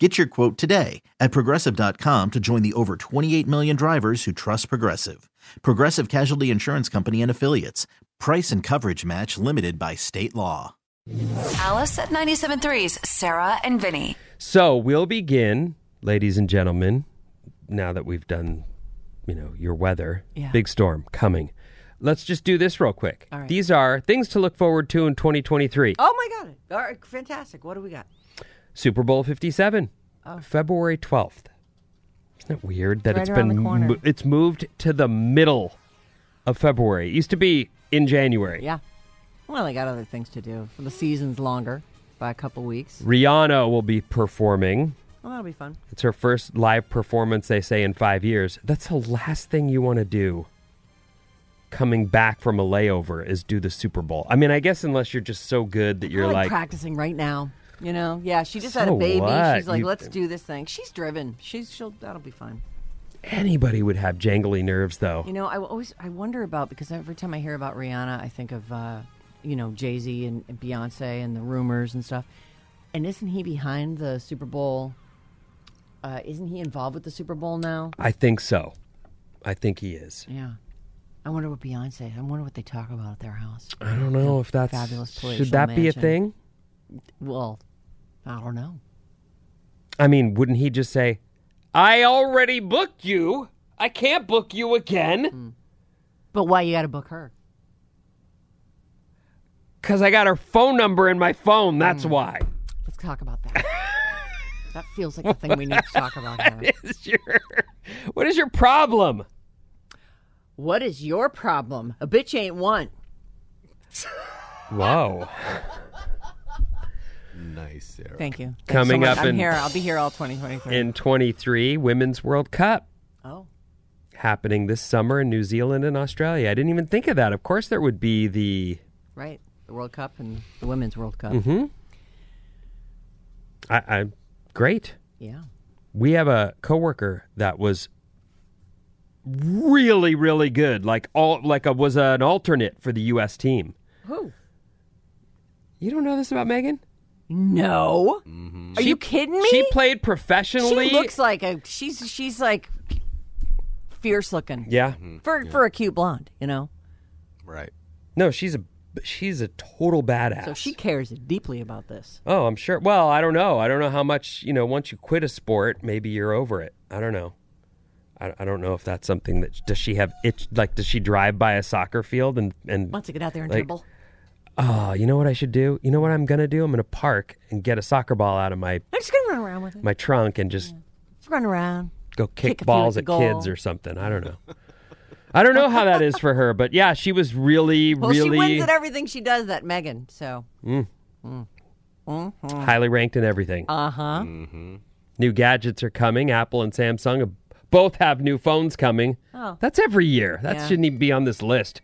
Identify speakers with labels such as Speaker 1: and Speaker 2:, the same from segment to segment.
Speaker 1: Get your quote today at progressive.com to join the over 28 million drivers who trust Progressive. Progressive Casualty Insurance Company and Affiliates. Price and coverage match limited by state law.
Speaker 2: Alice at 97.3's Sarah and Vinny.
Speaker 3: So we'll begin, ladies and gentlemen, now that we've done, you know, your weather.
Speaker 4: Yeah.
Speaker 3: Big storm coming. Let's just do this real quick.
Speaker 4: All right.
Speaker 3: These are things to look forward to in 2023.
Speaker 4: Oh my god! All right, fantastic. What do we got?
Speaker 3: Super Bowl 57, February 12th. Isn't it weird that
Speaker 5: Oh. Right
Speaker 3: it's
Speaker 5: around
Speaker 3: been
Speaker 5: the corner.
Speaker 3: mo- it's moved to the middle of February. It used to be in January.
Speaker 5: Yeah. Well, they got other things to do. The season's longer by a couple weeks.
Speaker 3: Rihanna will be performing.
Speaker 5: Well, that'll be fun.
Speaker 3: It's her first live performance, they say, in five years. That's the last thing you want to do coming back from a layover is do the Super Bowl. I mean, I guess unless you're just so good that you're
Speaker 5: Probably
Speaker 3: like,
Speaker 5: practicing right now. You know? Yeah. She just had
Speaker 3: So
Speaker 5: a baby.
Speaker 3: what?
Speaker 5: She's like,
Speaker 3: You-
Speaker 5: let's do this thing. She's driven. She's she'll that'll be fine.
Speaker 3: anybody would have jangly nerves, though.
Speaker 5: You know, I always I wonder about because every time I hear about Rihanna, I think of uh, you know Jay Z and, and Beyonce and the rumors and stuff. And isn't he behind the Super Bowl? Uh, isn't he involved with the Super Bowl now?
Speaker 3: I think so. I think he is.
Speaker 5: Yeah. I wonder what Beyonce. I wonder what they talk about at their house.
Speaker 3: I don't know if that's
Speaker 5: Fabulous
Speaker 3: should
Speaker 5: palatial
Speaker 3: that be a
Speaker 5: mansion.
Speaker 3: thing.
Speaker 5: Well, I don't know.
Speaker 3: I mean, wouldn't he just say, "I already booked you. I can't book you
Speaker 5: Hmm.
Speaker 3: again
Speaker 5: But why you got to book her?
Speaker 3: because I got her phone number in my phone.
Speaker 5: Hmm.
Speaker 3: That's why."
Speaker 5: Let's talk about that. that feels like the thing we need to talk about. Here.
Speaker 3: Is your what is your problem?
Speaker 5: What is your problem? A bitch ain't one.
Speaker 3: Whoa.
Speaker 6: Nice, Sarah.
Speaker 5: Thank you. Thanks
Speaker 3: Coming
Speaker 5: so much.
Speaker 3: up
Speaker 5: I'm
Speaker 3: in-
Speaker 5: here. I'll be here all 2023.
Speaker 3: In 23, Women's World Cup
Speaker 5: oh,
Speaker 3: happening this summer in New Zealand and Australia. I didn't even think of that. Of course, there would be the.
Speaker 5: right. The World Cup and the Women's World Cup.
Speaker 3: Mm-hmm. I, I great.
Speaker 5: Yeah.
Speaker 3: We have a coworker that was really, really good. Like all, like a, was an alternate for the U.S. team.
Speaker 5: Who?
Speaker 3: You don't know this about Megan?
Speaker 5: No. Are you kidding me?
Speaker 3: Mm-hmm. She played
Speaker 5: She
Speaker 3: professionally.
Speaker 5: looks like a. She's she's like fierce looking
Speaker 3: yeah.
Speaker 5: for for a cute blonde. You know.
Speaker 6: Right.
Speaker 3: No, she's a she's a total badass.
Speaker 5: So she cares deeply about this.
Speaker 3: Oh, I'm sure. Well, I don't know. I don't know how much, you know, once you quit a sport, maybe you're over it. I don't know. I, I don't know if that's something that does she have itch like does she drive by a soccer field and and
Speaker 5: Wants to get out there and
Speaker 3: Like-
Speaker 5: dribble.
Speaker 3: oh, you know what I should do? You know what I'm going to do? I'm going to park and get a soccer ball out of my
Speaker 5: I'm just gonna run around with it.
Speaker 3: my trunk and just
Speaker 5: Just run around.
Speaker 3: go kick,
Speaker 5: Mm. Kick a few at
Speaker 3: balls
Speaker 5: the
Speaker 3: at kids
Speaker 5: goal.
Speaker 3: or something. I don't know. I don't know how that is for her, but yeah, she was really
Speaker 5: Well,
Speaker 3: really
Speaker 5: she wins at everything she does. That Megan. So
Speaker 3: highly ranked in everything.
Speaker 5: uh huh.
Speaker 3: Mm. New gadgets are coming. Apple and Samsung have- both have new phones coming.
Speaker 5: Oh.
Speaker 3: That's every year. That
Speaker 5: Yeah.
Speaker 3: shouldn't even be on this list.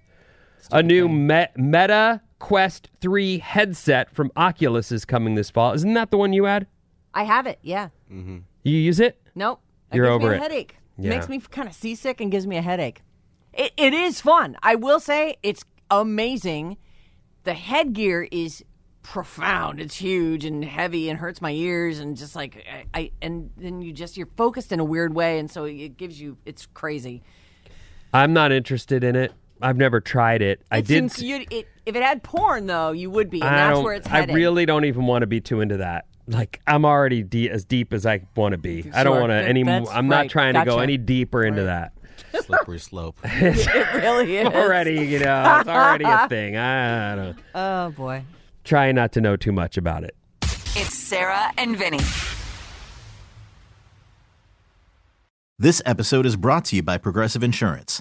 Speaker 3: A new Me- Meta Quest 3 headset from Oculus is coming this fall. Isn't that the one you had?
Speaker 5: I have it. Yeah.
Speaker 3: You use it?
Speaker 5: Nope. That
Speaker 3: You're
Speaker 5: gives
Speaker 3: over
Speaker 5: me a
Speaker 3: it.
Speaker 5: headache.
Speaker 3: Yeah.
Speaker 5: Makes me kind of seasick and gives me a headache. It, it is fun. I will say it's amazing. The headgear is profound. It's huge and heavy and hurts my ears and just like I, I and then you just you're focused in a weird way and so it gives you it's crazy.
Speaker 3: I'm not interested in it. I've never tried it. I
Speaker 5: It's
Speaker 3: did.
Speaker 5: ins- you'd- it, if it had porn though, you would be and
Speaker 3: I
Speaker 5: that's
Speaker 3: don't-
Speaker 5: where it's
Speaker 3: I
Speaker 5: headed.
Speaker 3: really don't even want to be too into that. Like I'm already de- as deep as I want to be. I don't
Speaker 5: Sure.
Speaker 3: want to
Speaker 5: That-
Speaker 3: any. mo-
Speaker 5: that's
Speaker 3: I'm not
Speaker 5: right.
Speaker 3: trying to go
Speaker 5: Gotcha.
Speaker 3: any deeper into that.
Speaker 6: Slippery slope.
Speaker 5: it really is.
Speaker 3: Already, you know, it's already a thing. I don't.
Speaker 5: Oh boy.
Speaker 3: try not to know too much about it.
Speaker 2: It's Sarah and Vinny.
Speaker 1: This episode is brought to you by Progressive Insurance.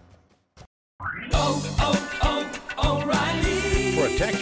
Speaker 7: Oh,
Speaker 8: Protect